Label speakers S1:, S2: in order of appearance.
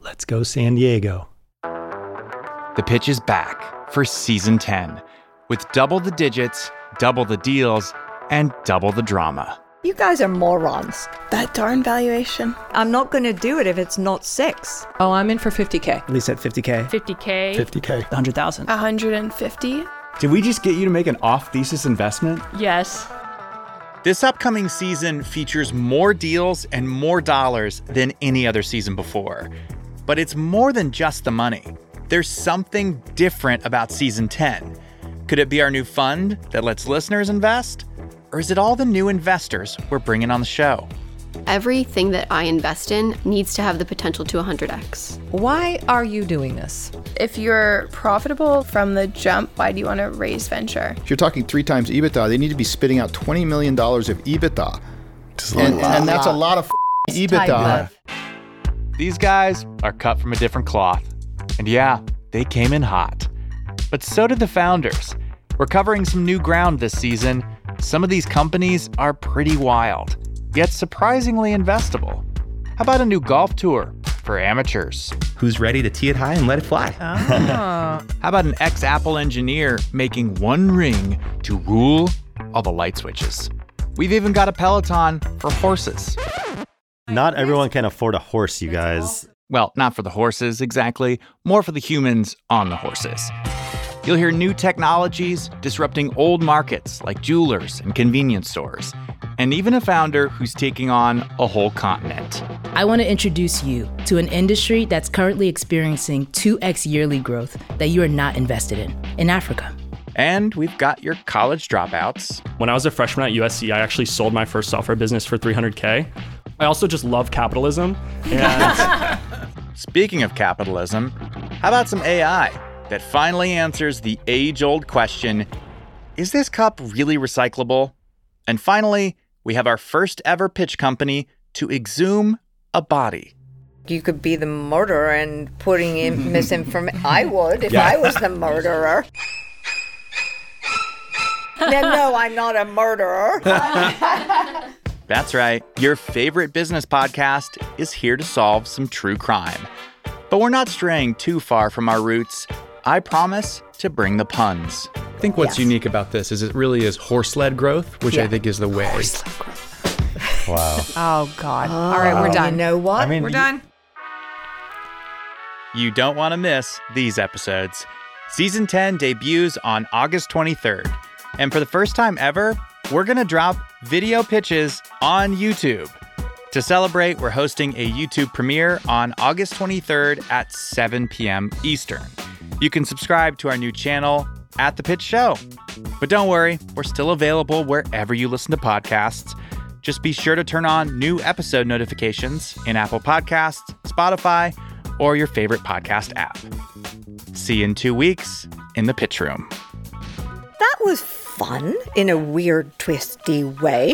S1: Let's go, San Diego.
S2: The pitch is back for season 10 with double the digits, double the deals, and double the drama.
S3: You guys are morons.
S4: That darn valuation.
S5: I'm not going to do it if it's not six.
S6: Oh, I'm in for 50K.
S7: At least at 50K.
S8: 50K.
S9: 50K.
S7: 100,000.
S4: 150?
S9: Did we just get you to make an off thesis investment?
S8: Yes.
S2: This upcoming season features more deals and more dollars than any other season before. But it's more than just the money. There's something different about season 10. Could it be our new fund that lets listeners invest? Or is it all the new investors we're bringing on the show?
S10: Everything that I invest in needs to have the potential to 100x.
S6: Why are you doing this?
S4: If you're profitable from the jump, why do you want to raise venture?
S11: If you're talking three times EBITDA, they need to be spitting out $20 million of EBITDA. And, and that's a lot of EBITDA.
S2: These guys are cut from a different cloth. And yeah, they came in hot. But so did the founders. We're covering some new ground this season. Some of these companies are pretty wild, yet surprisingly investable. How about a new golf tour for amateurs?
S12: Who's ready to tee it high and let it fly?
S2: How about an ex Apple engineer making one ring to rule all the light switches? We've even got a Peloton for horses.
S13: Not everyone can afford a horse, you guys.
S2: Well, not for the horses exactly, more for the humans on the horses. You'll hear new technologies disrupting old markets like jewelers and convenience stores, and even a founder who's taking on a whole continent.
S14: I want to introduce you to an industry that's currently experiencing 2x yearly growth that you are not invested in in Africa.
S2: And we've got your college dropouts.
S15: When I was a freshman at USC, I actually sold my first software business for 300K. I also just love capitalism. And...
S2: Speaking of capitalism, how about some AI that finally answers the age old question is this cup really recyclable? And finally, we have our first ever pitch company to exhume a body.
S5: You could be the murderer and putting in misinformation. I would if yeah. I was the murderer. no, no, I'm not a murderer.
S2: That's right. Your favorite business podcast is here to solve some true crime. But we're not straying too far from our roots. I promise to bring the puns.
S12: I think what's yes. unique about this is it really is horse led growth, which yeah. I think is the way.
S13: wow.
S6: Oh, God. Oh, All right, wow. we're done.
S5: You know what? I mean,
S6: we're you... done.
S2: You don't want to miss these episodes. Season 10 debuts on August 23rd. And for the first time ever, we're going to drop video pitches on YouTube. To celebrate, we're hosting a YouTube premiere on August 23rd at 7 p.m. Eastern. You can subscribe to our new channel at The Pitch Show. But don't worry, we're still available wherever you listen to podcasts. Just be sure to turn on new episode notifications in Apple Podcasts, Spotify, or your favorite podcast app. See you in two weeks in the pitch room.
S5: That was fun in a weird, twisty way.